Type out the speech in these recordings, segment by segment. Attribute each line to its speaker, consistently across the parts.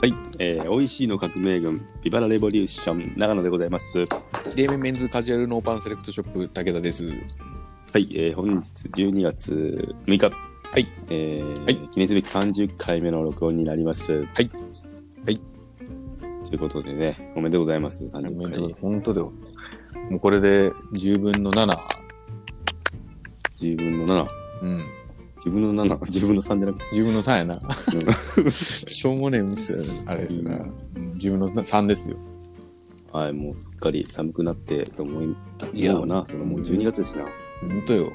Speaker 1: はい、えー、美味しいの革命軍ビバラレボリューション長野でございます。は
Speaker 2: デーメンメンズカジュアルノーパンセレクトショップ武田です。
Speaker 1: い、えー、本日12月6日、はい、えー
Speaker 2: はい
Speaker 1: 記念すべき30回目の録音になります。はい
Speaker 2: はい。
Speaker 1: ということでね、おめでとうございます。30回。
Speaker 2: 本当だよ。もうこれで10分の7。
Speaker 1: 自分の7、
Speaker 2: うん。
Speaker 1: 自分の7、自 分の3じゃなくて、
Speaker 2: 10分の3やな。 しょうもねえミスあれですな。うん10分の3ですよ。
Speaker 1: はい、もうすっかり寒くなってと思い、
Speaker 2: いや
Speaker 1: 思うわな、そのもう12月ですな。
Speaker 2: 本当よ。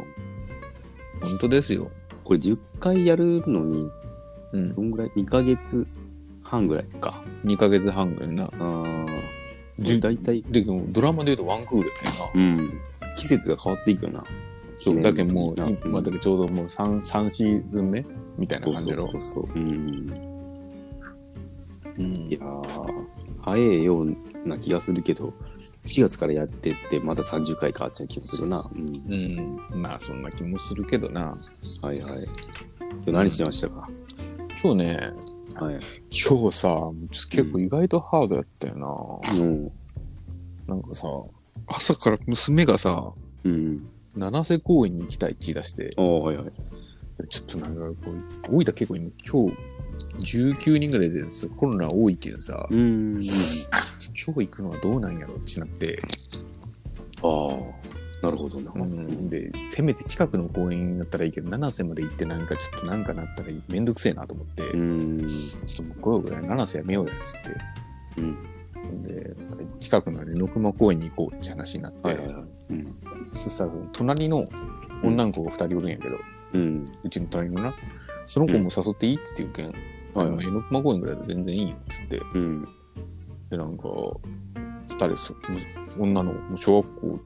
Speaker 2: 本当ですよ。
Speaker 1: これ10回やるのに、
Speaker 2: うん。
Speaker 1: どんぐらい ?2 ヶ月半ぐらいか。
Speaker 2: 2ヶ月半ぐらいな。
Speaker 1: あー
Speaker 2: じゅ
Speaker 1: 大体、
Speaker 2: で、でもドラマで言うとワンクールやねんな。
Speaker 1: うん。季節が変わっていくよな。
Speaker 2: そう。だけどもう、
Speaker 1: うん
Speaker 2: 今だけちょうどもう 3, 三シーズン目みたいな感じやろ
Speaker 1: そ。うそうそうそう。うん。
Speaker 2: うん
Speaker 1: いやー、早いような気がするけど、4月からやってって、まだ30回かっていう気もするな。うん。
Speaker 2: うん。まあそんな気もするけどな。
Speaker 1: はいはい。今日何してましたか、
Speaker 2: 今日ね、
Speaker 1: はい。
Speaker 2: 今日さ、結構意外とハードやったよ
Speaker 1: うん。
Speaker 2: な。なんかさ、朝から娘がさ、
Speaker 1: うん。
Speaker 2: 七瀬公園に行きたいって言い出して、
Speaker 1: ああ、はいはい。
Speaker 2: ちょっとなんかこう、大分結構今、今日、19人ぐらいでさコロナ多いけどさ、
Speaker 1: うん。
Speaker 2: 今日行くのはどうなんやろってなって、
Speaker 1: ああ、なるほどな。
Speaker 2: うん、で、せめて近くの公園だったらいいけど、七瀬まで行ってなんかちょっとなんかなったらめんどくせえなと思って、
Speaker 1: うん。
Speaker 2: ちょっともうゴロゴロ七瀬やめようやっつって、
Speaker 1: うん。
Speaker 2: で、近くのね、六間公園に行こうって話になって、
Speaker 1: はいはいはい。うん。
Speaker 2: そしたら隣の女の子が2人おるんやけど、う
Speaker 1: うん。
Speaker 2: ちの隣のなその子も誘っていいっつって言うけん、あの江ノ島公園ぐらいで全然いいよっつって
Speaker 1: うん。
Speaker 2: でなんか2人そ女のもう小学校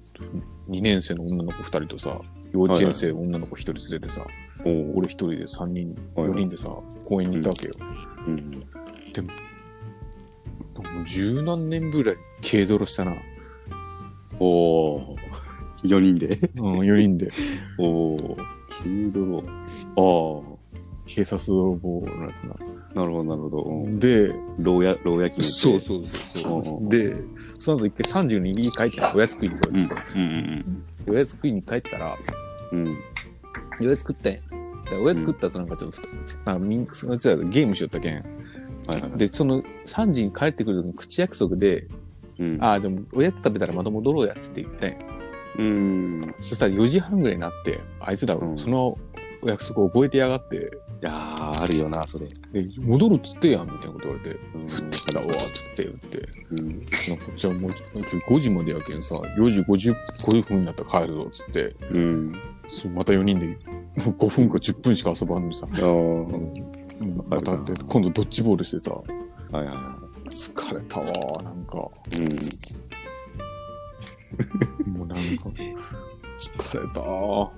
Speaker 2: 2年生の女の子2人とさ幼稚園生女の子1人連れてさ、
Speaker 1: おお、
Speaker 2: 俺1人で3人
Speaker 1: はい
Speaker 2: 4
Speaker 1: はい
Speaker 2: 人でさ公園に行ったわけよ、
Speaker 1: うん。
Speaker 2: もう十何年ぶり軽泥したな、
Speaker 1: お お、4人で。
Speaker 2: うん、4人で
Speaker 1: おお、 軽泥。あ
Speaker 2: 警察泥棒のやつな
Speaker 1: あ、なるほど、なるほど。うん
Speaker 2: で
Speaker 1: 牢屋、牢屋決めて。
Speaker 2: そうそうそう
Speaker 1: う
Speaker 2: そ
Speaker 1: んうん
Speaker 2: う。で、その後一回32に帰って、おやつ食いに行こうって言って、
Speaker 1: うん
Speaker 2: おやつ食いに帰ったら、
Speaker 1: うんうん。うん。
Speaker 2: おやつ食っておやつ食った後なんかちょっと、なんかみんそのうちらゲームしよったけん。
Speaker 1: はいはいはい。
Speaker 2: で、その3時に帰ってくる時の口約束で、
Speaker 1: うん。
Speaker 2: ああ、じゃあおやつ食べたらまた戻ろうやっつって言ってん、
Speaker 1: うん。い
Speaker 2: そしたら4時半ぐらいになって、あいつら
Speaker 1: うん
Speaker 2: そのお約束を覚えてやがって、
Speaker 1: やー、あるよな、それ。
Speaker 2: で戻るっつってやんみたいなこと言われて、
Speaker 1: うん。
Speaker 2: あら、おわっつって言って、
Speaker 1: うん。
Speaker 2: なんかじゃあもう5時までやけんさ、4時50 5分になったら帰るぞっつって、
Speaker 1: うん。
Speaker 2: そうまた4人で5分か10分しか遊ばんのにさ、
Speaker 1: あー
Speaker 2: またって今度ドッジボールしてさ
Speaker 1: はいはいは
Speaker 2: 疲れたわなんかも
Speaker 1: い。
Speaker 2: うなんか疲れたーっ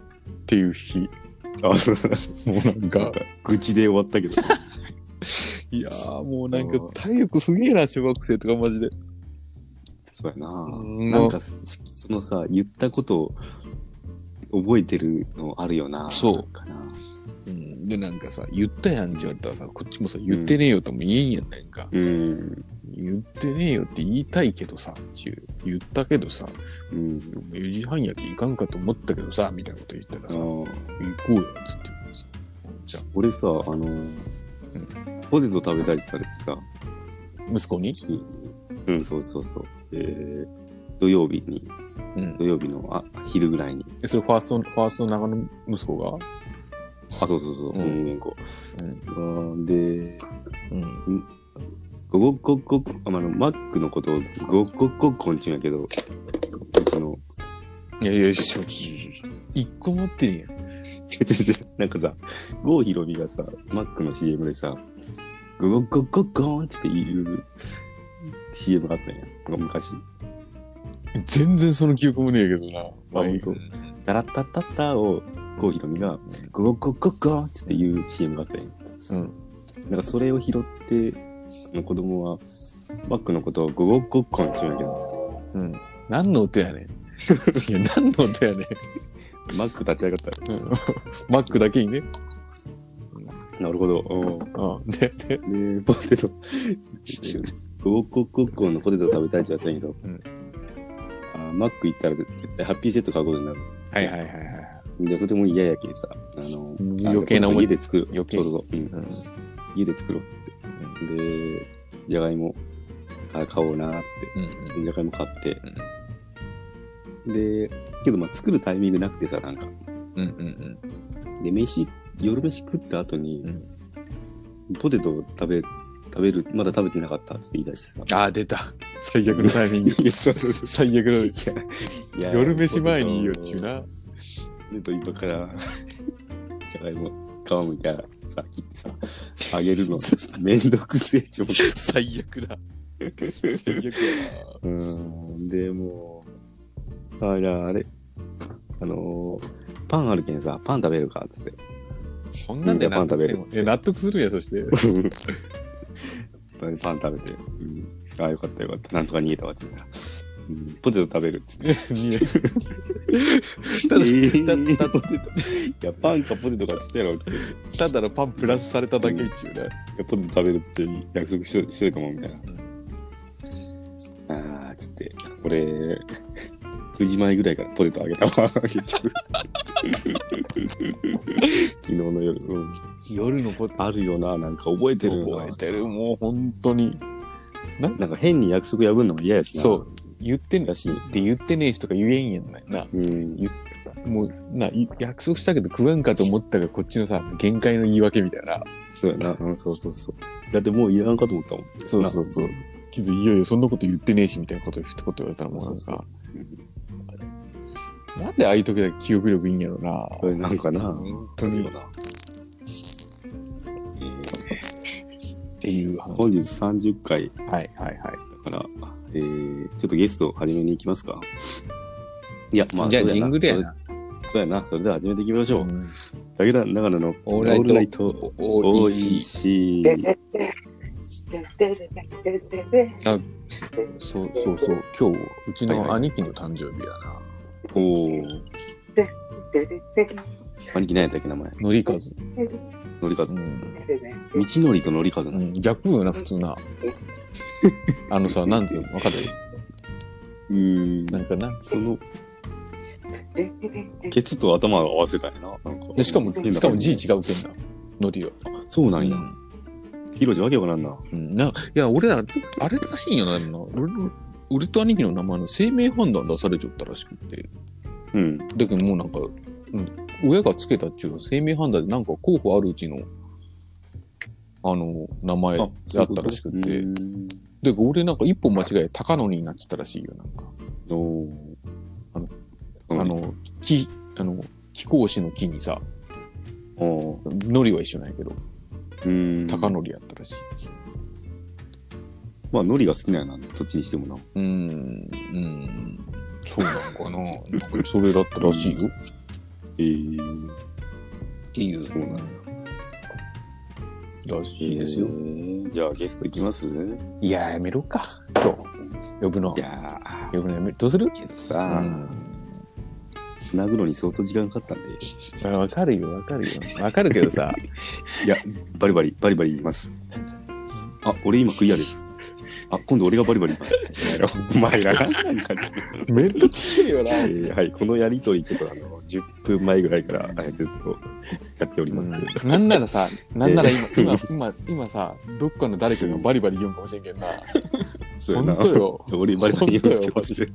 Speaker 2: ていう日も
Speaker 1: うん。あ、そう
Speaker 2: うなん
Speaker 1: なんか、
Speaker 2: か
Speaker 1: 愚痴で終わったけど。
Speaker 2: いやーもうなんか体力すげえな小学生とかマジで
Speaker 1: そうやな。
Speaker 2: うん
Speaker 1: なんか、そのさ、言ったことを覚えてるのあるよな。
Speaker 2: そう
Speaker 1: なんかな。
Speaker 2: うんでなんかさ言ったやんって言われたらさこっちもさ言ってねえよとも言えんやんなんか、
Speaker 1: うん。
Speaker 2: 言ってねえよって言いたいけどさっていう言ったけどさ
Speaker 1: うん。
Speaker 2: 4時半やけいかんかと思ったけどさみたいなこと言ったら
Speaker 1: あ
Speaker 2: さ
Speaker 1: ー
Speaker 2: 行こうよっつって言うからさじゃ
Speaker 1: 俺さ、あのー、ポテト食べたいって言われてさ、
Speaker 2: あ息子に、
Speaker 1: うん、そうそうそう。えー、土曜日に、
Speaker 2: うん
Speaker 1: 土、曜日のあ昼ぐらいに、
Speaker 2: えそれファーストファースト長野息子が、
Speaker 1: あ、そうそうそう、
Speaker 2: う
Speaker 1: うんん、うんこ。うん、で、
Speaker 2: うん、
Speaker 1: ゴゴッゴッゴッああの、マックのことをゴッゴッゴッコンチュンやけど、うちの、
Speaker 2: いやいやちょちょ一個持ってんやん
Speaker 1: なんかさ、郷ひろみがさ、マックの CM でさ、ゴゴッゴッゴッコンチュンって言う CM があったんや、昔。
Speaker 2: 全然その記憶もねえけどな
Speaker 1: ほんとダラッタッタッタを郷ひろみがゴゴゴゴゴンって言う CM があったんよ。
Speaker 2: うん
Speaker 1: なんかそれを拾って、あの子供はマックのことをゴゴゴッコンって言うんやけど、
Speaker 2: うん何の音やねんいや何の音やねん
Speaker 1: マック立ち上がったら、
Speaker 2: マックだけにね
Speaker 1: なるほど。うん
Speaker 2: うん、で、で、
Speaker 1: ねえ、ポテト。ゴーコッコッコのポテト食べたいって言われたんやけど、
Speaker 2: うん
Speaker 1: あーマック行ったら絶対ハッピーセット買うことになる。
Speaker 2: はいはいはいはい。
Speaker 1: で、とても嫌やけんさ、あの、
Speaker 2: うん
Speaker 1: あ
Speaker 2: 余計な思い
Speaker 1: じゃあ今度家で作
Speaker 2: 余計
Speaker 1: ろう。そうそうそう、うん。
Speaker 2: うん、
Speaker 1: 家で作ろうっつって。で、じゃがいも、あ買おうなーっつっ
Speaker 2: うん、
Speaker 1: て。でじゃがいも買って。で、けどまあ作るタイミングなくてさ、なんか。
Speaker 2: うん、うん、うん、
Speaker 1: で、飯、夜飯食った後に
Speaker 2: う、ん。
Speaker 1: ポテトを食べ、食べる、まだ食べてなかったっつって言い出してさ。
Speaker 2: ああ、出た。最悪のタイ ミング。
Speaker 1: いやそうそうそう
Speaker 2: 最悪の。
Speaker 1: いや
Speaker 2: 夜飯前にいいよっちゅう。
Speaker 1: ポ
Speaker 2: な。
Speaker 1: テト今から、じゃがいも、皮むいたらさ、切ってさ、揚げる の、めんどくせえちょ。
Speaker 2: 最悪だ。最悪
Speaker 1: う
Speaker 2: だな。
Speaker 1: ん、でもう、あ、じゃああれ、あのーパンあるけんさ、パン食べるかっつ って。
Speaker 2: そんなんで納得せん
Speaker 1: みんなパン食べる
Speaker 2: え、納得するやん、そして。
Speaker 1: パン食べて、うん、あ、よかったよかった、なんとか逃げたわっつったら、うん、ポテト食べるっつって。
Speaker 2: 見え
Speaker 1: ただ、
Speaker 2: た
Speaker 1: ポテト。いや、パンかポテトかっつってやろうっつって。
Speaker 2: ただのパンプラスされただけっちゅうね。
Speaker 1: いやポテト食べるって約束しとしといたもんみたいな。あーつって、俺、9時前ぐらいからポテトあげたわ、 結局。昨日の夜、うん、
Speaker 2: 夜のこと
Speaker 1: あるよな、なんか覚えてるな
Speaker 2: 覚え。てる、もう本当に。
Speaker 1: なんか変に約束破るのも嫌やしな。
Speaker 2: そう。、言ってんだ
Speaker 1: だ
Speaker 2: し、
Speaker 1: し、
Speaker 2: って言ってねえしとか言えんやんないな。
Speaker 1: うん、
Speaker 2: もう、な、い約束したけど食わんかと思ったが、こっちのさ、限界の言い訳みたいな。
Speaker 1: そうやな、うん、そうそうそう。だってもういらんかと思ったもん。
Speaker 2: そうそうそう。けど、いやいや、そんなこと言ってねえし、みたいなこと、一言言われたら、もうなん
Speaker 1: そうそ
Speaker 2: か。なんでああいう時だけ記憶力いいんやろな。
Speaker 1: これなんかな、
Speaker 2: 本当に。っ
Speaker 1: な。
Speaker 2: ていう話。
Speaker 1: 本日30回だ
Speaker 2: はいはいはい。
Speaker 1: から、えー、ちょっとゲスト始めに行きますか。いや、まあ、
Speaker 2: じゃあ、
Speaker 1: そう
Speaker 2: ジ
Speaker 1: や
Speaker 2: ン
Speaker 1: な
Speaker 2: グルやな。
Speaker 1: そうやな、それでは始めていきましょう。
Speaker 2: うん
Speaker 1: 武田長野の
Speaker 2: オールナイト
Speaker 1: ト
Speaker 2: お
Speaker 1: 多い
Speaker 2: いし。
Speaker 1: し。
Speaker 2: そうそうそう。今日、うちの兄貴の誕生日やな。
Speaker 1: おー、兄貴何やったっけ、名前。
Speaker 2: のりかず。
Speaker 1: のりか
Speaker 2: う
Speaker 1: ず。道
Speaker 2: ん。
Speaker 1: のりとのりかず
Speaker 2: う
Speaker 1: な。
Speaker 2: ん、逆よな、普通な。あのさ、なんつうの、わかる
Speaker 1: うーん。
Speaker 2: なんかな。
Speaker 1: その、ケツと頭を合わせたいな。なんか
Speaker 2: で、しかも、
Speaker 1: 変な
Speaker 2: しかも
Speaker 1: 感
Speaker 2: 字違うけんな。のりよ。
Speaker 1: そうな
Speaker 2: うん
Speaker 1: や。
Speaker 2: ん。
Speaker 1: ヒロジわけわからんな。
Speaker 2: うんな、いや、俺ら、あれらしいんよな、でもな。俺の、俺と兄貴の名前の生命判断出されちゃったらしくて。
Speaker 1: うん。
Speaker 2: だけどもうなんか、うん、親がつけたっちゅうの生命判断でなんか候補あるうちの、あの、名前だったらしくて。
Speaker 1: う
Speaker 2: で、
Speaker 1: ーん
Speaker 2: 俺なんか一本間違え、高野になっちゃったらしいよ、なんか。
Speaker 1: おー
Speaker 2: あの、
Speaker 1: うん
Speaker 2: あ、の、木、あの、貴公子の木にさ、
Speaker 1: おー
Speaker 2: のりは一緒なんやけど、
Speaker 1: うーん。
Speaker 2: 高のりやったらしい。
Speaker 1: まあ、のりが好きなんやな、どっちにしてもな。
Speaker 2: うーん、うーん、そうなのかな。なんかそれだったらしいよ。
Speaker 1: えー、
Speaker 2: っていう
Speaker 1: そうなんや。
Speaker 2: らしいですよ
Speaker 1: え。ーじゃあ、ゲストいきますい
Speaker 2: いや、やめろか。今日、呼ぶの。
Speaker 1: やー、
Speaker 2: 呼ぶのやめる。どうする
Speaker 1: けど
Speaker 2: う
Speaker 1: さ、
Speaker 2: ん。
Speaker 1: つなぐのに相当時間かかったんで、
Speaker 2: あわかるよ、わかるよ。わかるけどさ、
Speaker 1: いや、バリバリ、バリバリ言います。あ、俺今クリアです。あ、今度俺がバリバリ言います。 お前ら、なんかね
Speaker 2: めんどくせえよな。
Speaker 1: えーはい、このやりとり、ちょっとあの、10分前ぐらいから、えーずっとやっております。
Speaker 2: なんならさ、なんなら今、今、今、今さ、どっかの誰かがバリバリ言うんかもしれんけどな。
Speaker 1: そうやな
Speaker 2: 本当よ。
Speaker 1: 俺バリバリ言います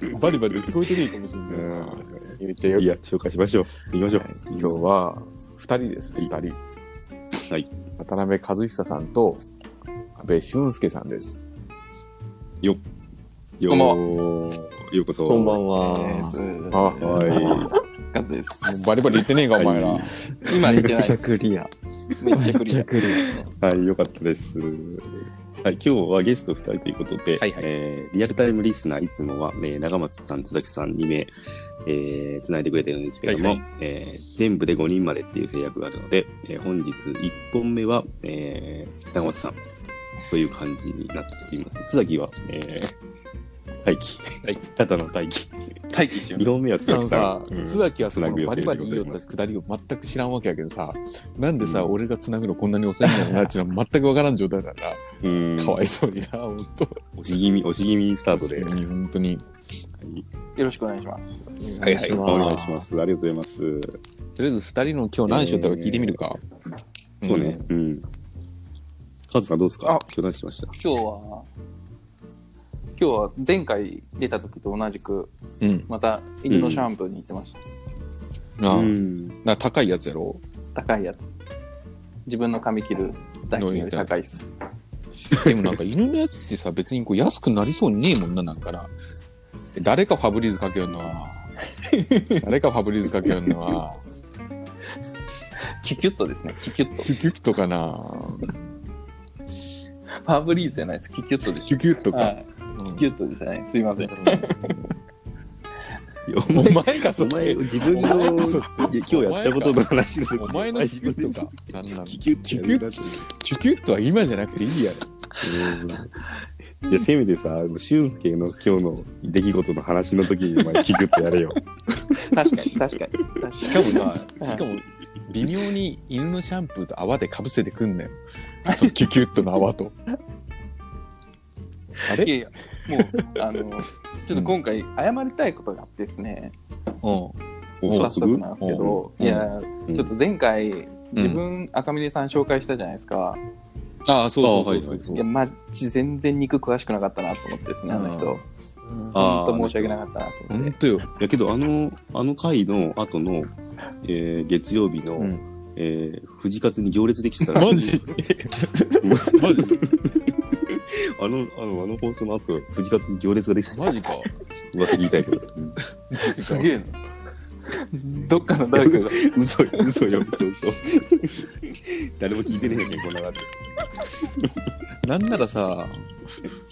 Speaker 1: けど。
Speaker 2: バリバリ聞こえてねえかもしれんけどな。言っちゃうよ
Speaker 1: い。や、紹介しましょう。行きましょう。
Speaker 2: 今日は2人です、
Speaker 1: はい
Speaker 2: 2人。
Speaker 1: はい。
Speaker 2: 渡辺和久さんと安部俊介さんです。
Speaker 1: よ
Speaker 3: こんばん
Speaker 1: うようこそ。
Speaker 3: こんばんは。
Speaker 2: あ、
Speaker 1: は
Speaker 3: カズです。
Speaker 2: バリバリ言ってねえか、お前ら。
Speaker 1: はい
Speaker 3: 今出
Speaker 4: めって
Speaker 3: ない
Speaker 4: ち
Speaker 3: で
Speaker 4: ゃ
Speaker 3: す。
Speaker 4: クリア。
Speaker 3: めっちゃクリア。
Speaker 4: クリ
Speaker 1: い。はい、よかったです。はい、今日はゲスト2人ということで、
Speaker 2: はいはい
Speaker 1: えーリアルタイムリスナーいつもは、えー長松さん、津崎さん2名、えー、つないでくれてるんですけれども、
Speaker 2: はい
Speaker 1: えー全部で5人までっていう制約があるので、えー本日1本目は、えー長松さんという感じになっております。津崎は、えー、大輝。
Speaker 2: はい
Speaker 1: ただの大輝。
Speaker 3: 待機しよ
Speaker 1: 2本目は津
Speaker 2: あの
Speaker 1: 崎さ
Speaker 2: さ
Speaker 1: ん、
Speaker 2: 須崎はその
Speaker 1: つなぐ予
Speaker 2: バ
Speaker 1: 定
Speaker 2: リ
Speaker 1: で
Speaker 2: バリ言いよ
Speaker 1: ござ
Speaker 2: っ
Speaker 1: いま
Speaker 2: た
Speaker 1: す
Speaker 2: くだりを全く知らんわけやけどさ、なんでさ、
Speaker 1: うん
Speaker 2: 俺がつなぐのこんなに遅いんだろうなっていうのは全くわからん状態だから、
Speaker 1: うん
Speaker 2: かわいそうにな、ほんと。
Speaker 1: 押し気味押し気味スタートで
Speaker 2: 本当に。。
Speaker 3: う。よろしくお願いします。
Speaker 1: はいはいお願いしますすありがとうございます
Speaker 2: とりあえず二人の今日何しよったか聞いてみるか。
Speaker 1: そうねうんカズさんどうですか
Speaker 3: あ
Speaker 1: 今日何しました
Speaker 3: 今日は、今日は前回出た時と同じく、
Speaker 2: うん。うん。
Speaker 3: また犬のシャンプーに行ってました。
Speaker 2: ああ、
Speaker 1: うん
Speaker 2: な高いやつやろ。
Speaker 3: 高いやつ。自分の髪切る代金より高いっす。
Speaker 2: でもなんか犬のやつってさ、別にこう安くなりそうにねえもんな、なんかな。誰かファブリーズかけよんのは。誰かファブリーズかけよんのは。
Speaker 3: キュキュッとですね、キュキュッと。
Speaker 2: キュキュッとかな。
Speaker 3: ファブリーズじゃないです、キュキュッとでし
Speaker 2: キュキュッと
Speaker 3: た。
Speaker 2: か。
Speaker 3: はい、
Speaker 2: うん
Speaker 3: キュキュッとですね、すいま せん。
Speaker 1: いやお
Speaker 2: お
Speaker 1: 前
Speaker 2: 前が
Speaker 1: お
Speaker 2: そ
Speaker 1: 前自分
Speaker 2: お前
Speaker 1: の
Speaker 2: が
Speaker 1: い
Speaker 2: そ
Speaker 1: や
Speaker 2: う
Speaker 1: 今日やったことの話の時
Speaker 2: お前のキュキュッとか。なんなの
Speaker 1: キ
Speaker 2: キ
Speaker 1: ュキュッキュ
Speaker 2: キュ
Speaker 1: ッ
Speaker 2: ュキュッとは今じゃなくていいやろ。
Speaker 1: いやせめてさ俊介の今日の出来事の話の時にお前キュキュッとやれよ
Speaker 3: 確かに、確かに。確かに
Speaker 2: しかもな、しかも微妙に犬のシャンプーと泡でかぶせてくんねん。そのキュキュッとの泡と。あ
Speaker 3: い
Speaker 2: れ
Speaker 3: やいや、もう、あの、ちょっと今回、謝りたいことがあってですね、
Speaker 2: うん。
Speaker 1: お
Speaker 2: お
Speaker 3: 早
Speaker 1: 早
Speaker 3: 速
Speaker 1: 速
Speaker 3: なんですけど、
Speaker 2: うん
Speaker 3: いや、
Speaker 1: うん
Speaker 3: ちょっと前回、自分、赤嶺さん紹介したじゃないですか。
Speaker 2: ああ、そうそう
Speaker 1: あ
Speaker 2: そ
Speaker 1: は
Speaker 2: う
Speaker 1: い
Speaker 2: そう
Speaker 3: いや、マジ全然肉詳しくなかったなと思ってですね、あの人。
Speaker 1: あー
Speaker 3: 本当申し訳なかったなと
Speaker 2: ほ
Speaker 3: 思っ
Speaker 2: ん
Speaker 3: て。
Speaker 2: とよ。
Speaker 1: やけどあのあの回の後の、えー月曜日の、
Speaker 2: うん
Speaker 1: えー、藤活に行列できてたら
Speaker 2: マジマジ
Speaker 1: あのあのあの放送の後藤活に行列ができ てた
Speaker 2: マジか。
Speaker 1: 噂聞いたけど
Speaker 3: すげえな。どっかの誰かが。
Speaker 1: 嘘よ嘘よ嘘嘘誰も聞いてねえやんけこんな感
Speaker 2: なんならさ、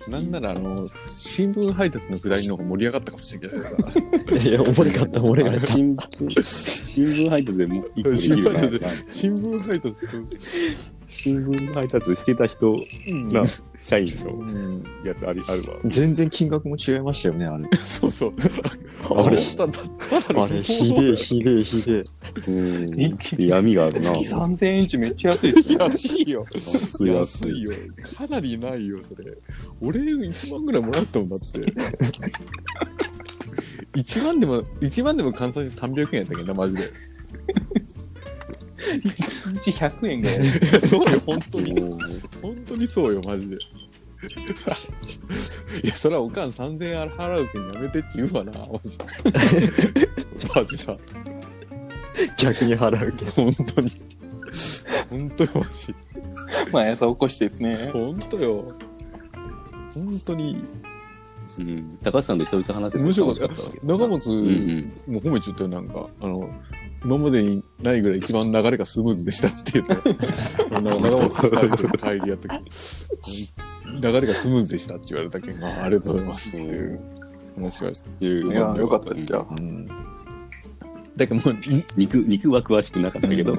Speaker 2: なんならあの、新聞配達のくだりの方が盛り上がったかもしれないけ どさ。
Speaker 4: いや、おもろかった、おもろかっ
Speaker 1: じ
Speaker 4: た。
Speaker 1: 新聞新聞配達でもう一個できるな
Speaker 2: 新聞配新聞配達と、
Speaker 1: 新聞配達してた人
Speaker 2: うん
Speaker 1: な社員の
Speaker 2: うん、
Speaker 1: やつありあるわ
Speaker 4: 全然金額も違いましたよね、あれ。
Speaker 2: そうそう。
Speaker 4: あれ、
Speaker 2: ただただ
Speaker 4: あれ、ひでえ、ひでえ、ひでえ。
Speaker 1: うんちょっと闇があるな
Speaker 3: 月3000円値めっちゃ安いですね。
Speaker 2: 安いよ。
Speaker 1: 安い
Speaker 2: 安
Speaker 1: 安
Speaker 2: い
Speaker 1: い
Speaker 2: よ。かなりないよ、それ。俺、1万ぐらいもらったもんだって。1万でも、1万でも換算して300円やったけどな、マジで。
Speaker 3: 1日100円がやる。
Speaker 2: そうよ、本当に。
Speaker 1: もう
Speaker 2: 本当にそうよ、マジで。いや、それはおかん3000円払うけんやめてって言うわな、マジで。マジだ。
Speaker 4: 逆に払うけど。
Speaker 2: 本当に。本当よ、マジ。
Speaker 3: 毎朝起こしてですね。
Speaker 2: 本当よ。本当に。
Speaker 1: うん高橋さんと久々話せて
Speaker 2: むしろ
Speaker 1: 楽しかったわけだな
Speaker 2: 長松、
Speaker 1: うんうん
Speaker 2: もう褒めちゃったよ、なんか、あの、今までにないぐらい一番流れがスムーズでしたっつ って言った。あの長松二人と会議やった時流れがスムーズでしたって言われたけど、あ、ありがとうございますっていう話しました。
Speaker 1: いや
Speaker 3: いや、よかったですよ。
Speaker 2: うん。だけどもう、
Speaker 1: 肉肉は詳しくなかったけど、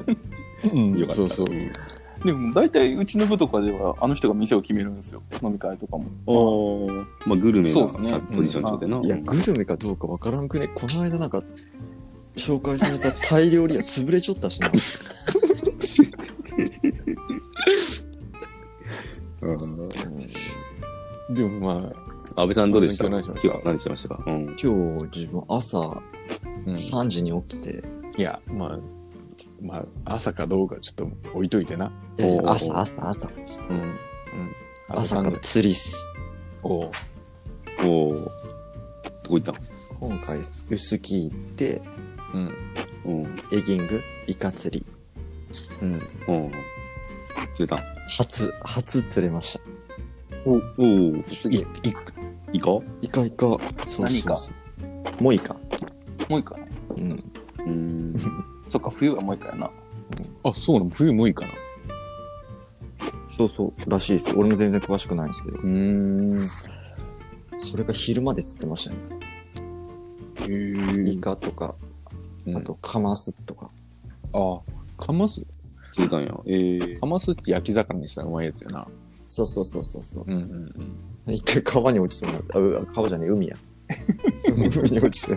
Speaker 2: うん、
Speaker 1: よかった
Speaker 2: そうそう。
Speaker 3: でも大体うちの部とかではあの人が店を決めるんですよ飲み会とかも
Speaker 1: おーまあグルメ
Speaker 3: そうですね
Speaker 1: なポジション上でな、
Speaker 4: いや、グルメかどうかわからんくね。この間なんか、紹介されたタイ料理屋潰れちょったしな。
Speaker 1: うん
Speaker 2: でもまあ、
Speaker 1: 安倍さんどうでした
Speaker 2: 今
Speaker 1: 今
Speaker 2: 日何しました
Speaker 1: 日は何してましたか、うん、
Speaker 4: 今日、自分朝
Speaker 2: うん
Speaker 4: 3時に起きて、
Speaker 2: いや、まあ、まあ、朝かどうかちょっと置いといてな。
Speaker 4: いやいや
Speaker 1: おー
Speaker 4: 朝、朝、朝。朝
Speaker 2: 三
Speaker 4: から
Speaker 2: 時
Speaker 4: 釣りっす。
Speaker 2: おう
Speaker 1: おおどこ行ったん
Speaker 4: 今回、薄木行って、
Speaker 2: うん。
Speaker 1: うん
Speaker 4: エギング、イカ釣り。うん。
Speaker 1: うん釣れたん
Speaker 4: 初、初釣れました。
Speaker 1: おお
Speaker 3: す
Speaker 2: い、
Speaker 3: げ
Speaker 2: い
Speaker 3: え、
Speaker 1: イカ
Speaker 4: イカイカ。そうそうそう
Speaker 3: 何イカ
Speaker 4: もうイカ。
Speaker 3: もう一回ね
Speaker 4: うん。
Speaker 1: うん
Speaker 3: そっか冬はもう一回やな
Speaker 2: あ、そうなの冬もいいかな。
Speaker 4: そうそう、らしいです。俺も全然詳しくないんですけど。
Speaker 2: うーん。
Speaker 4: それが昼まで釣ってましたね。
Speaker 2: へ
Speaker 4: イ
Speaker 2: ー
Speaker 4: カとか、
Speaker 2: うん
Speaker 4: あとカマスとか。
Speaker 2: ああ、カマス、
Speaker 1: 釣れたんやえー、
Speaker 2: カマスって焼き魚にしたらうまいやつやな。
Speaker 4: そうそうそうそうそう。
Speaker 2: うんうん
Speaker 4: 一回川に落ちそうになった。あうわ川じゃねえ、海や。海に落ちて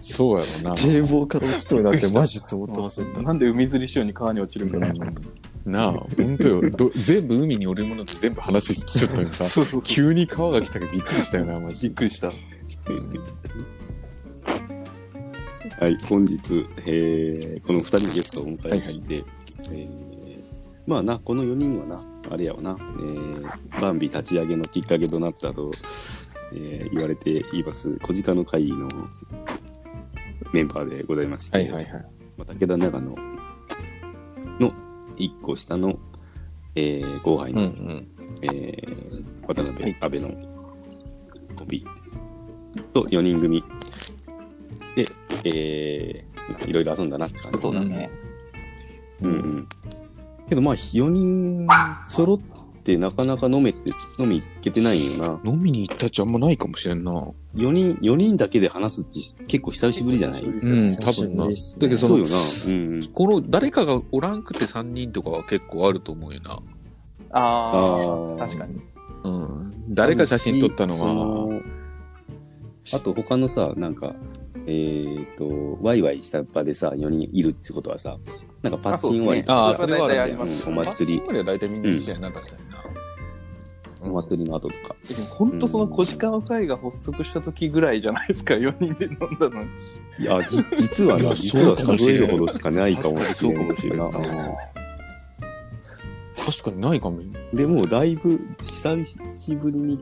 Speaker 2: そうや ろ
Speaker 4: 堤防から落ちそうになってマジ相当 焦った
Speaker 3: なんで海釣りしように川に落ちるか
Speaker 2: な。
Speaker 3: な。
Speaker 2: うんなあ、本当よ。ど全部海におるものと全部話しちゃったのに さ、
Speaker 3: そうそうそう。
Speaker 2: 急に川が来たけどびっくりしたよな、マ
Speaker 3: びっ
Speaker 2: ジ。
Speaker 3: くりした。
Speaker 1: はい、本日、えーこの2人のゲストをお迎えして、えーまあな、この4人はな、あれやわな、えーバンビ立ち上げのきっかけとなったと、えー言われています、小鹿の会のメンバーでございまして、
Speaker 2: いはい。
Speaker 1: まあ武田長野の1個下の、えー後輩
Speaker 2: うんう
Speaker 1: の、
Speaker 2: ん。
Speaker 1: えー渡辺、
Speaker 3: はい
Speaker 1: 安倍のコンビと4人組で、えーいろいろ遊んだなって感じ。
Speaker 3: そうだね。
Speaker 1: うんうん、けどまあ4人揃ってなかなか飲めて飲み行けてないんよな
Speaker 2: 飲みに行ったっちゃあんまないかもしれんな。
Speaker 1: 4人4人だけで話すってし結構久しぶりじゃない
Speaker 2: うん、多分な。だ
Speaker 4: 久し
Speaker 2: けど
Speaker 4: ぶりですね
Speaker 1: そ
Speaker 2: そ
Speaker 1: う
Speaker 2: の
Speaker 1: よ、な、うんうん、
Speaker 2: この誰かがおらんくて3人とかは結構あると思うよな。
Speaker 3: あ
Speaker 1: あ
Speaker 3: あ、
Speaker 1: ー
Speaker 3: 確かに。
Speaker 2: うん。誰か写真撮ったの
Speaker 1: そ
Speaker 2: は、
Speaker 1: のあと他のさなんかえっ、とワイワイした場でさ4人いるってことはさなんかパッチン終わりとか
Speaker 2: あーそれはあるね
Speaker 3: 大体あります。
Speaker 1: うんお祭り
Speaker 2: これは大体みんな一緒やな、確かにな。
Speaker 1: お祭りの後とか
Speaker 3: でも本当その小鹿の会が発足した時ぐらいじゃないですか、4人で飲んだの。
Speaker 1: いやじ実は
Speaker 2: いや
Speaker 1: な実は
Speaker 2: そうかもし
Speaker 1: 数
Speaker 2: れ
Speaker 1: え
Speaker 2: ん
Speaker 1: るほどしかないかもしれないし
Speaker 2: 確かにそうかもしれん
Speaker 1: な
Speaker 2: 確かにないかも。
Speaker 1: でもうだいぶ久しぶりに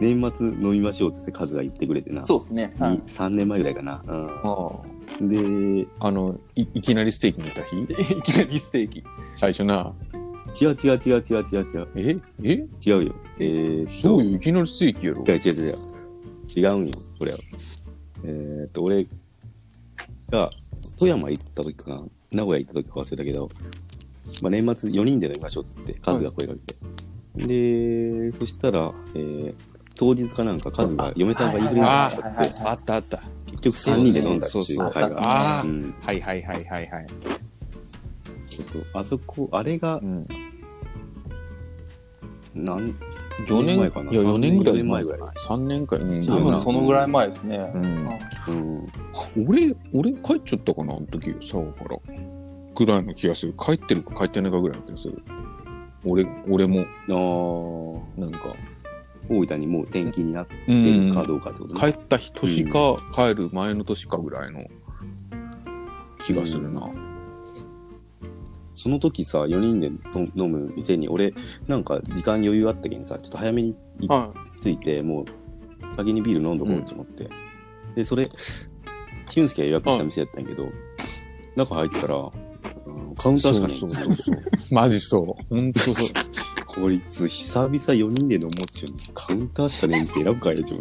Speaker 1: 年末飲みましょうっつってカズが言ってくれてな
Speaker 3: そうですね。はい
Speaker 1: に3年前ぐらいかな、
Speaker 2: あ
Speaker 1: うん、で
Speaker 2: あ。あの、いいきなりステーキに行った日
Speaker 3: いきなりステーキ。
Speaker 2: 最初な。
Speaker 1: 違う違う違う違う違う違う
Speaker 2: ええ
Speaker 1: 違うよえーっと
Speaker 2: そうよ、いきなりステーキやろ。
Speaker 1: 違う違う違う違うんよこれはえー、っと俺が富山行った時かな名古屋行った時か忘れたけど、まあ、年末4人で飲みましょうっつってカズが声かけて、でそしたら、えー当日かなんかカズが嫁さんがいるんだ
Speaker 2: あ
Speaker 1: っ
Speaker 2: あ
Speaker 1: て、
Speaker 2: あったあった。
Speaker 1: 結局3人で飲んだっていう会
Speaker 2: そうそうそう
Speaker 1: が
Speaker 2: ああ
Speaker 1: うん
Speaker 2: はいはいはいはいはい。
Speaker 1: そうそうあそこあれが
Speaker 2: うん。
Speaker 1: 何
Speaker 2: 4年、いや
Speaker 1: 前かな
Speaker 2: 4年ぐらい。
Speaker 1: 4年前ぐらい。
Speaker 2: 3年か。うん。
Speaker 1: そ
Speaker 3: 多
Speaker 1: うや
Speaker 3: 分
Speaker 1: な
Speaker 3: そのぐらい前ですね
Speaker 2: う。ん。
Speaker 1: うん
Speaker 2: 俺、俺帰っちゃったかな、あの時、佐賀から。ぐらいの気がする。帰ってるか帰ってないかぐらいの気がする。俺、俺も、
Speaker 1: あー
Speaker 2: なんか、
Speaker 1: 大分にもう転勤になって
Speaker 2: う
Speaker 1: る
Speaker 2: ん、
Speaker 1: かどうかってことね
Speaker 2: 帰った日年か、帰る前の年かぐらいの気がするな。
Speaker 1: その時さ4人で飲飲む店に俺なんか時間余裕あったけんさちょっと早めに
Speaker 3: は
Speaker 1: 着いてもう先にビール飲んどこうと思って、でそれ俊介が予約した店やったんやけど、中入ったらあのカウンターしかない
Speaker 2: そうそうそう。マジそう。ほんとそう。
Speaker 1: こいつ久々4人で飲もうっちゅうのにカウンターしかねえ店選ぶかいやちょ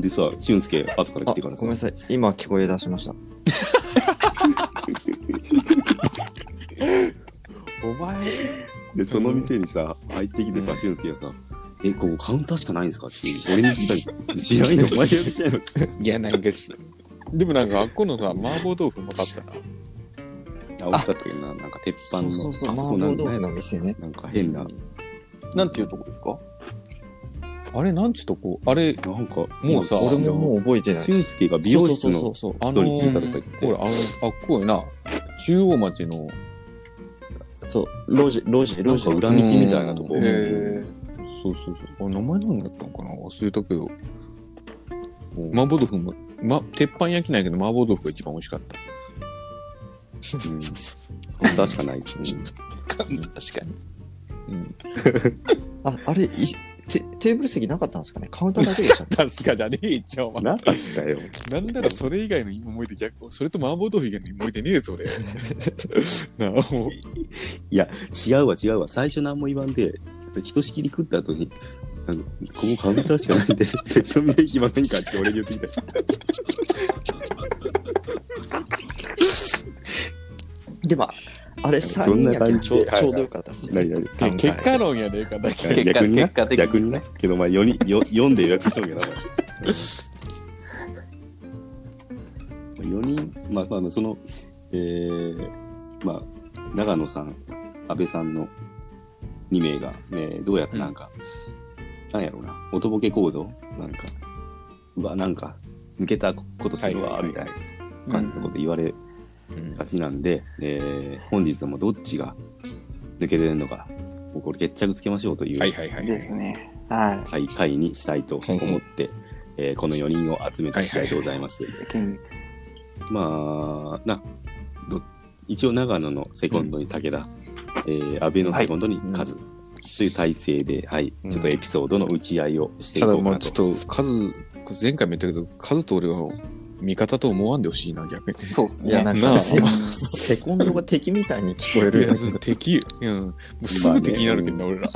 Speaker 1: でさ俊介後から
Speaker 4: あ
Speaker 1: 来て
Speaker 4: ご
Speaker 1: から
Speaker 4: め
Speaker 1: さ
Speaker 4: んなさい今聞こえ出しました
Speaker 2: お前、
Speaker 1: でその店にさ入ってきてさ俊介がさ「えここカウンターしかないんですか?」って言う俺に聞いたら「知らんよお前予約しないの?」
Speaker 2: いや、なんかし、でもなんか、あっこのさ、麻婆豆腐も買った
Speaker 1: あ、
Speaker 2: な。
Speaker 1: 美味しかったけどな、なんか鉄板
Speaker 4: そ
Speaker 1: の。
Speaker 4: うそうそう
Speaker 1: あ
Speaker 4: 麻
Speaker 1: そ
Speaker 4: 婆
Speaker 1: こなん
Speaker 4: 豆
Speaker 1: だ
Speaker 4: 腐の店ね
Speaker 1: なんか変な。
Speaker 3: い。なんていうとこですか
Speaker 2: あれ、なんちゅうとこ、あ
Speaker 1: な
Speaker 2: れ、
Speaker 1: んか、
Speaker 2: もうさ、
Speaker 4: 俺ももう覚えてない
Speaker 1: 俊介が美容室
Speaker 4: そ
Speaker 1: の
Speaker 4: うそうそうそう
Speaker 2: あ
Speaker 1: 人
Speaker 2: の
Speaker 1: に聞いたと
Speaker 2: ー、
Speaker 1: か言って、
Speaker 2: ほら、あの、あっこいな、中央町の、
Speaker 4: そう路地路地
Speaker 1: なん
Speaker 4: 路
Speaker 1: か
Speaker 4: 地
Speaker 1: 裏道みたいなとこ
Speaker 2: う。ん
Speaker 3: へ
Speaker 2: そうそうそう。あ名前何だったのかな忘れたけど。麻婆豆腐も、ま、鉄板焼きなんやけど、麻婆豆腐が一番美味しかった。
Speaker 1: うん確 かない。うん
Speaker 3: 確かに。
Speaker 2: うん。
Speaker 4: ああれいテテーブル席なかったんですかねカウンターだけで した
Speaker 2: 確かじゃねえちゃお前。
Speaker 1: なかったよ。
Speaker 2: なんならそれ以外の思い出逆、それと麻婆豆腐以外の思い出ねえぞ、 俺。なあ、もう。
Speaker 1: 違うわ、違うわ。最初何も言わんで、ひとしきり食った後に、あのここカウンターしかないんで、 別の店行きませんかって俺に言ってきた。
Speaker 4: でもあれ3人やけんちょうちょうどよかったっすよ
Speaker 1: 何々
Speaker 4: 段階
Speaker 2: 結果論やねえか、 だけ。
Speaker 3: 結果
Speaker 1: 逆にな
Speaker 3: 結果的に
Speaker 1: 逆にな。けど、まあ、4人、よ4で予約しとんけどな、4人、まあ、まああの、その、えー、まあ、長野さん、安倍さんの2名が、ね、どうやってなんか、なんやろうな、おとぼけ行動なんか、うわ、なんか、抜けたことする
Speaker 2: はい
Speaker 1: わ、
Speaker 2: はいはい
Speaker 1: みたいな感じのこと言われ
Speaker 2: うん
Speaker 1: がちなんで、えー本日もどっちが抜けてるのか、もうこれ決着つけましょうという
Speaker 2: はいはいはいは
Speaker 3: で
Speaker 2: い
Speaker 3: す。ね。は
Speaker 1: 会会にしたいと思って、
Speaker 4: はいは
Speaker 1: えーこの4人を集めた次第でございます。
Speaker 3: い。けん
Speaker 1: まあ、な、ど一応長野のセコンドに武田、えー安倍のセコンドにカズ、という体制で、はい、
Speaker 2: うん
Speaker 1: ちょっとエピソードの打ち合いをしてい
Speaker 2: た
Speaker 1: こう
Speaker 2: だ
Speaker 1: か
Speaker 2: ま
Speaker 1: な
Speaker 2: あち
Speaker 1: と。
Speaker 2: ょっと数前回も言ったけど数と俺は味方と思わんでほしいな逆に。
Speaker 3: そうです
Speaker 4: いや、
Speaker 3: ね。
Speaker 4: なん
Speaker 2: な
Speaker 4: か
Speaker 2: あ
Speaker 4: セ、セコンドが敵みたいに聞こえ
Speaker 2: い
Speaker 4: る
Speaker 2: や
Speaker 4: よ
Speaker 2: そ
Speaker 4: ね
Speaker 2: の。敵、うん、もうすぐ敵になるけんな、俺ら。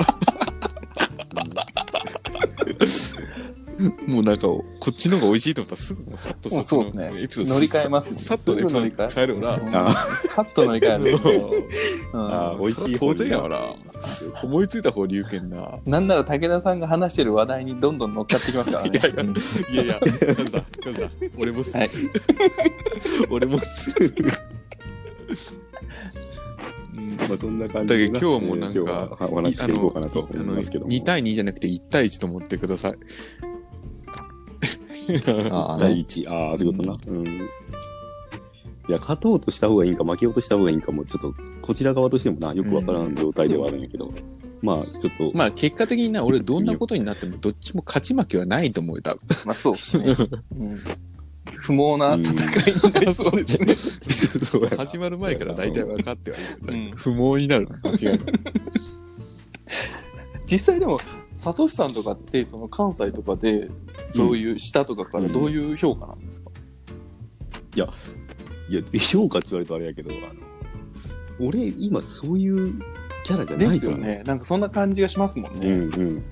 Speaker 2: もうなんか、こっちの方が美味しいと思ったらすぐもうさっと
Speaker 3: もうそうっすね
Speaker 2: エピソード
Speaker 3: 乗り換えますもん
Speaker 2: さっとエピソード変えるよな。
Speaker 3: うん
Speaker 1: あ
Speaker 3: さっと乗り換える う
Speaker 1: あー
Speaker 3: ん
Speaker 1: 美味しい
Speaker 2: 当
Speaker 1: 方
Speaker 2: 然
Speaker 1: に
Speaker 2: や
Speaker 1: な
Speaker 2: わな。思いついた方に言うけんな。い
Speaker 3: なんなら武田さんが話してる話題にどんどん乗っかってきま すからね。
Speaker 2: やいや、いやいや、カズだ、カズだ、俺もす、
Speaker 3: はい
Speaker 2: 俺もすぐ。うん
Speaker 1: まあそんな感じでな
Speaker 2: だけど今日もなんか
Speaker 1: えー今日はお話ししていこうかなと思いますけども。
Speaker 2: 2対2じゃなくて1対1と思ってください。
Speaker 4: ああ
Speaker 1: 第一、ああ、そういうことな。うん。いや、勝とうとした方がいいんか、負けようとした方がいいんかも、ちょっと、こちら側としてもな、よくわからん状態ではあるんやけど、まあ、ちょっと、
Speaker 2: まあ結果的にな、俺どんなことになってもどっちも勝ち負けはないと思うよ、多分。
Speaker 3: まあそうです ね。うん不毛な戦いになりそうですね。
Speaker 1: そうやな
Speaker 2: 始まる前から大体分かってはいる。
Speaker 3: うん
Speaker 2: 不毛になる。間違いない。
Speaker 3: 実際でも、サトシさんとかって、その関西とかで、そういう下とかからどういう評価なの、
Speaker 1: いや、評価って言われるとあれやけど、あの、俺、今、そういうキャラじゃ
Speaker 3: で
Speaker 1: ない
Speaker 3: す
Speaker 1: と
Speaker 3: よ
Speaker 1: 思う。
Speaker 3: ね。なんかそんな感じがしますもん
Speaker 1: う
Speaker 3: ね。
Speaker 1: んうん。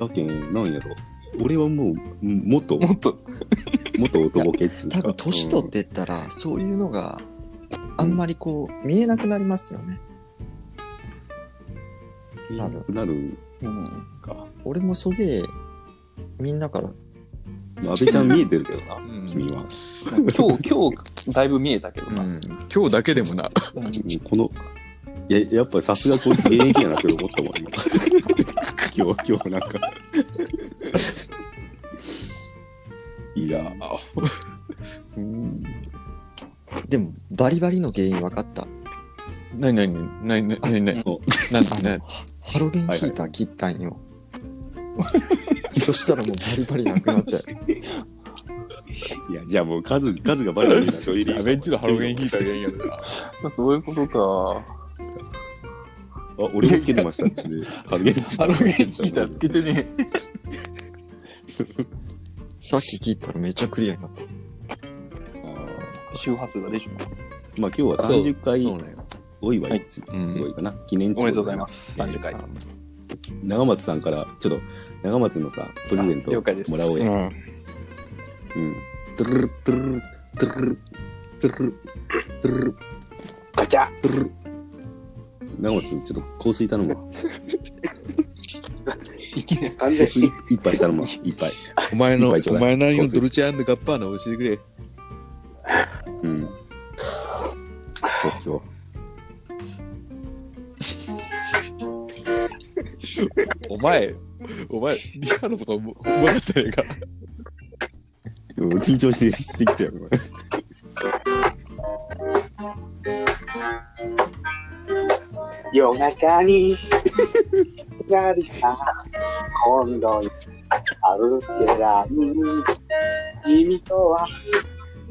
Speaker 1: だけん、なんやろ。俺はもう、もっと、
Speaker 3: もっと、
Speaker 1: もっとおとぼけっつう か
Speaker 4: 多分、年取ってったら、そういうのがあんまりこう、見えなくなりますよね。
Speaker 1: うん
Speaker 4: なる
Speaker 1: なる
Speaker 3: うん、
Speaker 1: か。
Speaker 4: 俺もそげえ、みんなから、
Speaker 1: まあ安倍ちゃん見えてるけどな
Speaker 2: うん、
Speaker 1: 君は。
Speaker 3: 今日、 今日、だいぶ見えたけどな。
Speaker 2: うん今日だけでもな。
Speaker 1: うんこの、いや、やっぱりさすがこいつ現役やなって思ったもん、今。 今日、今日なんか。いや、
Speaker 2: うん
Speaker 4: でも、バリバリの原因分かった。
Speaker 2: 何何何何何何
Speaker 1: お
Speaker 2: なん
Speaker 4: あの
Speaker 2: で
Speaker 4: ハロゲンヒーター切った んよ。そしたらもうバリバリなくなって。
Speaker 1: いや、じゃあもう数、数がバレバレな正直
Speaker 2: 何アベンジのハロゲンヒーターがいいやつだ。
Speaker 3: そういうことか。
Speaker 1: あ、俺もつけてましたってね。ハロゲンヒータ
Speaker 3: ハ
Speaker 1: ー
Speaker 3: ロゲンヒーターつけてね。
Speaker 4: さっき切ったらめっちゃクリアになった。
Speaker 1: あー
Speaker 3: 周波数が出ちま
Speaker 1: ま
Speaker 3: う。
Speaker 1: あ今日は30回
Speaker 2: そうね。
Speaker 1: お祝いつ、
Speaker 2: うん
Speaker 1: お祝いかな。記念。
Speaker 3: おめでとうございますす。30回。
Speaker 1: 長松さんから、ちょっと、長松のさ、プレゼント
Speaker 3: あ了解です
Speaker 1: もらおうや。うん。トゥルルトゥルルトゥルルトゥルルトゥルル
Speaker 3: ガチャ
Speaker 1: トゥルル長松、ちょっと香水頼むわ。
Speaker 3: いきなり。
Speaker 1: 香水一杯頼むわ。一杯。
Speaker 2: お前の、
Speaker 1: いっぱいちょ
Speaker 2: お
Speaker 1: うだい
Speaker 2: 前なりのドルチェガッパーナ教えてくれ。
Speaker 1: うん。ちょっと
Speaker 2: お前、お前、リハのとかうまうまかったやんか。
Speaker 1: 今日、うん緊張してしてきたよ。
Speaker 5: 夜中になりさ今度に歩けない君とは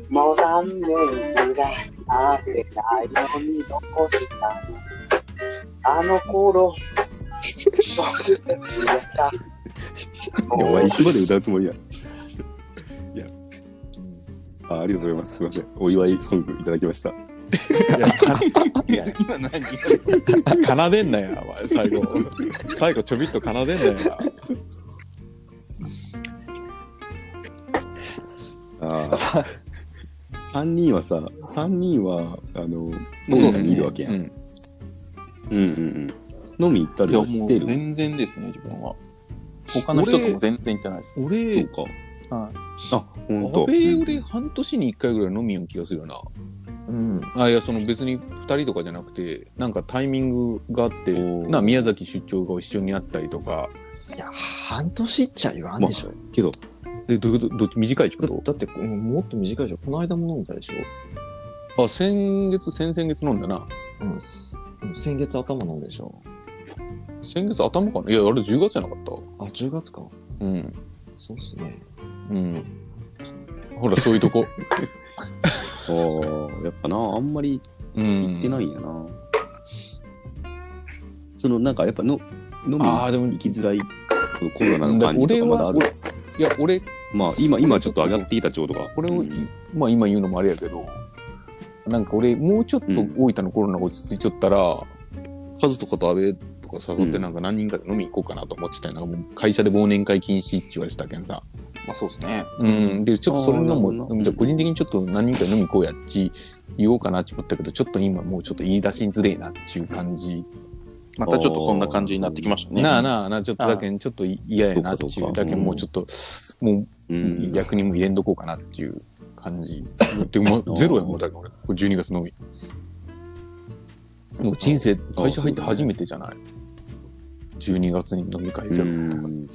Speaker 5: もう3年ぐらい会ってないのに残したのあの頃僕たちがさ
Speaker 1: いやお前、いつまで歌うつもり や。いや。あありがとうございます。すみません。お祝いソングいただきました。
Speaker 2: いや、かいや
Speaker 3: 今何
Speaker 2: か奏でんなや、お前、最後。最後、ちょびっと奏でんなや。
Speaker 1: あ3人はさ、三人は、あの、
Speaker 3: そう
Speaker 1: 飲
Speaker 3: で
Speaker 1: み
Speaker 3: す
Speaker 1: に
Speaker 3: ね
Speaker 1: いるわけやん。
Speaker 2: う
Speaker 1: うんう
Speaker 2: ん。
Speaker 1: んうん。飲み行った
Speaker 3: い
Speaker 1: り
Speaker 3: や、
Speaker 1: は
Speaker 3: もう
Speaker 1: してる。
Speaker 3: 全然ですね、自分は。他の人とも全然行ってないです。
Speaker 1: そ
Speaker 2: 俺
Speaker 1: う、か。
Speaker 3: はい
Speaker 1: あ、ほん
Speaker 2: 安
Speaker 1: と。
Speaker 2: 倍俺、半年に1回ぐらい飲みよう気がするよな。
Speaker 4: うん。
Speaker 2: あいやその別に2人とかじゃなくてなんかタイミングがあって
Speaker 1: おー
Speaker 2: な宮崎出張が一緒になったりとか
Speaker 4: いや、半年っちゃ言わんでしょ。
Speaker 1: けど、
Speaker 2: えどういうことどっち短いってこ
Speaker 4: だ
Speaker 2: と
Speaker 4: だって、うんもっと短いでしょ。この間も飲んだでしょ。
Speaker 2: あ先月先々月飲んだな
Speaker 4: うんうん。先月頭飲んだでしょ。
Speaker 2: 先月頭かないやあれ10月じゃなかった
Speaker 4: あ、10月か。
Speaker 2: うん
Speaker 4: そうっすね。
Speaker 2: うんほらそういうとこ
Speaker 1: ああ、やっぱな、あんまり
Speaker 2: うん
Speaker 1: 行ってないんやな。その、なんかやっぱの、飲みに
Speaker 2: あーでも
Speaker 1: 行きづらい、このコロナの感じと
Speaker 2: 俺
Speaker 1: かまだ
Speaker 2: は
Speaker 1: ある。
Speaker 2: いや俺
Speaker 1: まあ、今、今ちょっと上がってきたちょうどが。
Speaker 2: これを、
Speaker 1: うん
Speaker 2: まあ今言うのもあれやけどなんか俺もうちょっと大分のコロナが落ち着いちゃったら、カズとかと阿部とか誘ってなんか何人かで飲み行こうかなと思ってたよ、なんかもう会社で忘年会禁止って言われてたけんさ、
Speaker 3: まあそうですね。
Speaker 2: うん、でちょっとそれのも
Speaker 1: あーなるほどな
Speaker 2: じゃあ個人的にちょっと何人かで飲み行こうやっち言おうかなって思ったけどちょっと今もうちょっと言い出しづれえなっていう感じ、
Speaker 3: またちょっとそんな感じになってきましたね。
Speaker 2: なあなあなあちょっとだけんちょっと嫌やなってい
Speaker 1: そう
Speaker 2: う
Speaker 1: かそ
Speaker 2: だ
Speaker 1: うか
Speaker 2: けんもうちょっと、もう
Speaker 1: うん。
Speaker 2: 役にも入れんとこうかなっていう感 じ。でも、ゼロやもん、だから俺。これ12月のみ。もう人生、会社入って初めてじゃない ?12 月に飲み会ゼ
Speaker 1: う
Speaker 2: ロ。
Speaker 1: ん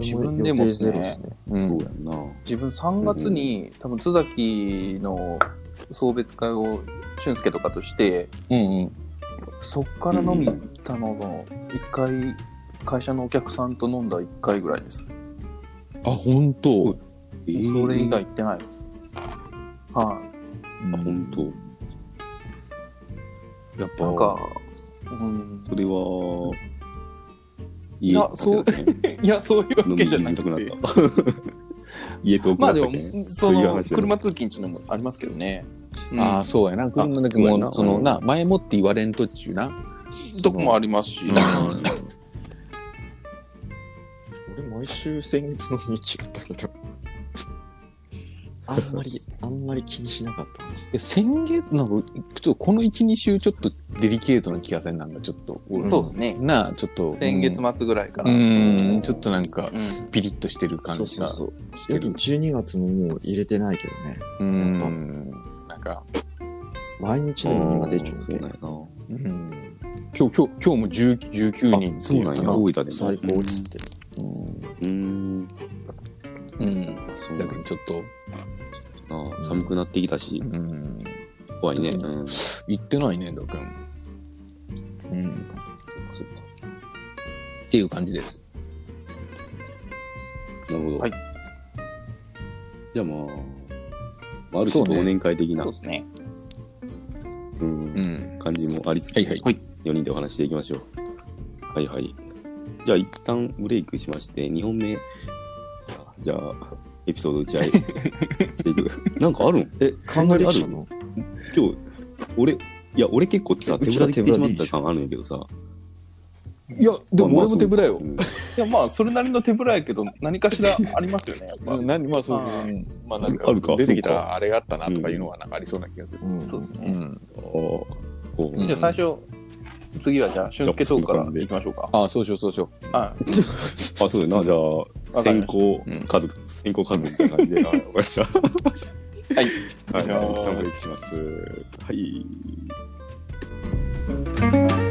Speaker 3: 自分でもっすね。
Speaker 2: う
Speaker 1: そうんやんな。
Speaker 3: 自分3月に、多分津崎の送別会を俊介とかとして、
Speaker 2: うんうん。
Speaker 3: そっから飲み行ったのの、一回、会社のお客さんと飲んだ一回ぐらいです。
Speaker 2: あ、本当
Speaker 1: えー
Speaker 3: それ以外行ってないです。はい、
Speaker 1: あ、本当。
Speaker 2: やっ
Speaker 3: なん
Speaker 2: ぱ
Speaker 3: か、、うん。
Speaker 1: それは、
Speaker 3: いやそう
Speaker 1: 家だけね
Speaker 3: いや、そういう
Speaker 1: 飲
Speaker 3: わ
Speaker 1: み
Speaker 3: け
Speaker 1: に
Speaker 3: じゃ
Speaker 1: 行
Speaker 3: な
Speaker 1: き
Speaker 3: く
Speaker 1: たくなってた。家遠くな
Speaker 3: まあ
Speaker 1: っ
Speaker 3: で
Speaker 1: た
Speaker 3: も
Speaker 1: けん、
Speaker 3: そ
Speaker 1: そういう
Speaker 3: の
Speaker 1: 話だね
Speaker 3: 車通勤っていうのもありますけどね。うん
Speaker 2: ああ、そうやな。車だけ
Speaker 1: そうや
Speaker 2: ど
Speaker 1: な
Speaker 2: も、そのな、前もって言われんとっちゅうな。
Speaker 3: とこもありますし、
Speaker 4: 俺、毎週先月の日やったけど。あんまり、あんまり気にしなかったな。
Speaker 2: え先月、なんか、ちょっとこの1、2週、ちょっとデリケートな気がせんなんか、ちょっと。
Speaker 4: うん
Speaker 3: そうですね。
Speaker 2: なあ、ちょっと。
Speaker 3: 先月末ぐらいから。
Speaker 2: う
Speaker 3: うん
Speaker 2: ん、うんちょっとなんか、ピリッとしてる
Speaker 4: そ
Speaker 2: 感
Speaker 4: う
Speaker 2: じ
Speaker 4: そう
Speaker 2: が
Speaker 4: そう。
Speaker 2: し
Speaker 4: よ
Speaker 2: て
Speaker 4: り
Speaker 2: る。
Speaker 4: 12月ももう入れてないけどね。
Speaker 2: うん。なんか、
Speaker 4: 毎日のものが出ちゃう
Speaker 1: そ
Speaker 4: け
Speaker 1: うなんやな。
Speaker 2: うん。今日、今日、今日も10 19人って
Speaker 1: そう
Speaker 2: い
Speaker 1: なん
Speaker 2: う
Speaker 1: や、
Speaker 2: か
Speaker 1: 大分でも
Speaker 4: 最。高っつって。
Speaker 1: うん。
Speaker 2: うん。
Speaker 1: そうなん
Speaker 2: だけ
Speaker 1: や
Speaker 2: どちょっと、
Speaker 1: な。寒くなってきたし
Speaker 2: う、ん。
Speaker 1: 怖いね。うん。そっ
Speaker 2: 行ってないね、だくん。うん。
Speaker 1: かそっか。
Speaker 2: っていう感じです。
Speaker 1: なるほど。
Speaker 3: はい。
Speaker 1: じゃあまあ、まあ、ある種
Speaker 2: そうね
Speaker 1: 忘年会的な
Speaker 3: そうですね。
Speaker 1: うん
Speaker 2: うん。
Speaker 1: 感じもありつつ、
Speaker 2: はいはい。
Speaker 1: 4人でお話ししていきましょう。はいはい。じゃあ一旦ブレイクしまして、2本目、じゃあ、エピソード打ち合いしていく。なんかあるん
Speaker 4: え、考えてきたの
Speaker 1: 今日、俺、いや、俺結構さ、
Speaker 4: う
Speaker 1: 手
Speaker 4: ち
Speaker 1: ぶら
Speaker 4: ら
Speaker 1: で来てしまっ
Speaker 4: 手ぶらでいいで
Speaker 1: た
Speaker 4: しょ
Speaker 1: 感あるんやけどさ。
Speaker 2: いや、でも俺も手ぶらよ。
Speaker 3: いや、まあ、それなりの手ぶらやけど、何かしらありますよね、やっ
Speaker 2: うん何まあそう
Speaker 3: あ
Speaker 2: そうう
Speaker 3: ー
Speaker 2: んまあなん
Speaker 1: あるか
Speaker 2: か出てき
Speaker 1: そうか
Speaker 2: たあれがあったなとかいうのはなんかありそうな気がする。
Speaker 4: うん
Speaker 3: ぱ。そうです
Speaker 2: う
Speaker 3: ね。
Speaker 2: ん。
Speaker 1: そうん。おー
Speaker 2: うん
Speaker 3: じゃあ、最初、次はじゃあ、俊介トークから行きましょうか。
Speaker 2: ああ、そうしようそうしよ
Speaker 3: は
Speaker 1: あ、
Speaker 3: い。
Speaker 1: そうだよな。
Speaker 3: わ
Speaker 1: じ
Speaker 3: か
Speaker 1: ゃあ、
Speaker 3: り
Speaker 1: 先
Speaker 3: ました
Speaker 1: 行
Speaker 2: うん
Speaker 1: 家族、先行家族って感じで、はいわかりました。
Speaker 3: はい。
Speaker 1: はい、
Speaker 2: じゃあ
Speaker 1: 一旦ブレイクします。はい。
Speaker 2: う。